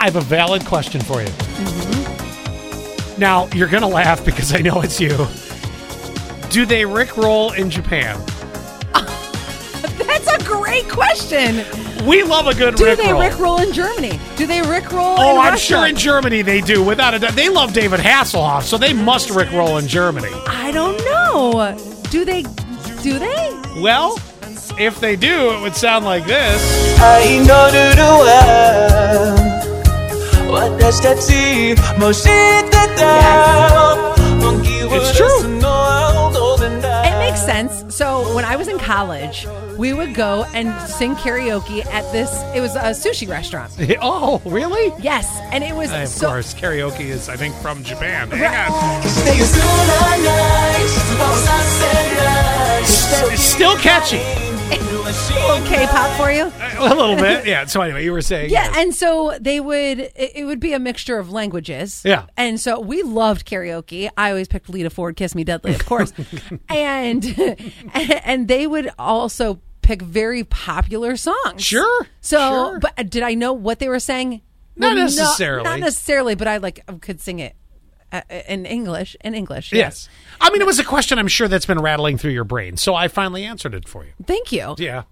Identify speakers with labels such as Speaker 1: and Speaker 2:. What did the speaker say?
Speaker 1: I have a valid question for you.
Speaker 2: Mm-hmm.
Speaker 1: Now, you're going to laugh because I know it's you. Do they Rickroll in Japan?
Speaker 2: That's a great question.
Speaker 1: We love a good
Speaker 2: Do
Speaker 1: Rickroll.
Speaker 2: they rickroll in Germany? Do they rickroll?
Speaker 1: Oh,
Speaker 2: in
Speaker 1: I'm
Speaker 2: Russia?
Speaker 1: sure in Germany they do, without a doubt. They love David Hasselhoff, so they must Rickroll in Germany.
Speaker 2: I don't know. Do they? Do they?
Speaker 1: Well, if they do, it would sound like this.
Speaker 3: I know do do well. What does that see? Most it that
Speaker 1: It's true.
Speaker 2: It makes sense. So when I was in college, we would go and sing karaoke at this. It was a sushi restaurant.
Speaker 1: Oh, really?
Speaker 2: Yes, and it was
Speaker 1: Of
Speaker 2: so.
Speaker 1: course, karaoke is, I think, from Japan. Hang on. It's still catchy.
Speaker 2: Okay, pop for you.
Speaker 1: A little bit. Yeah. So anyway, you were saying.
Speaker 2: Yeah,
Speaker 1: yes.
Speaker 2: and so they would. It, it would be a mixture of languages.
Speaker 1: Yeah.
Speaker 2: and so we loved karaoke. I always picked Lita Ford, "Kiss Me Deadly," of course, and and they would also pick very popular songs.
Speaker 1: Sure,
Speaker 2: So,
Speaker 1: sure.
Speaker 2: but did I know what they were saying?
Speaker 1: Not
Speaker 2: No,
Speaker 1: necessarily.
Speaker 2: not necessarily, but I like could sing it uh, in English. In English,
Speaker 1: Yes. I mean, it was a question I'm sure that's been rattling through your brain, so I finally answered it for you.
Speaker 2: Thank you.
Speaker 1: Yeah.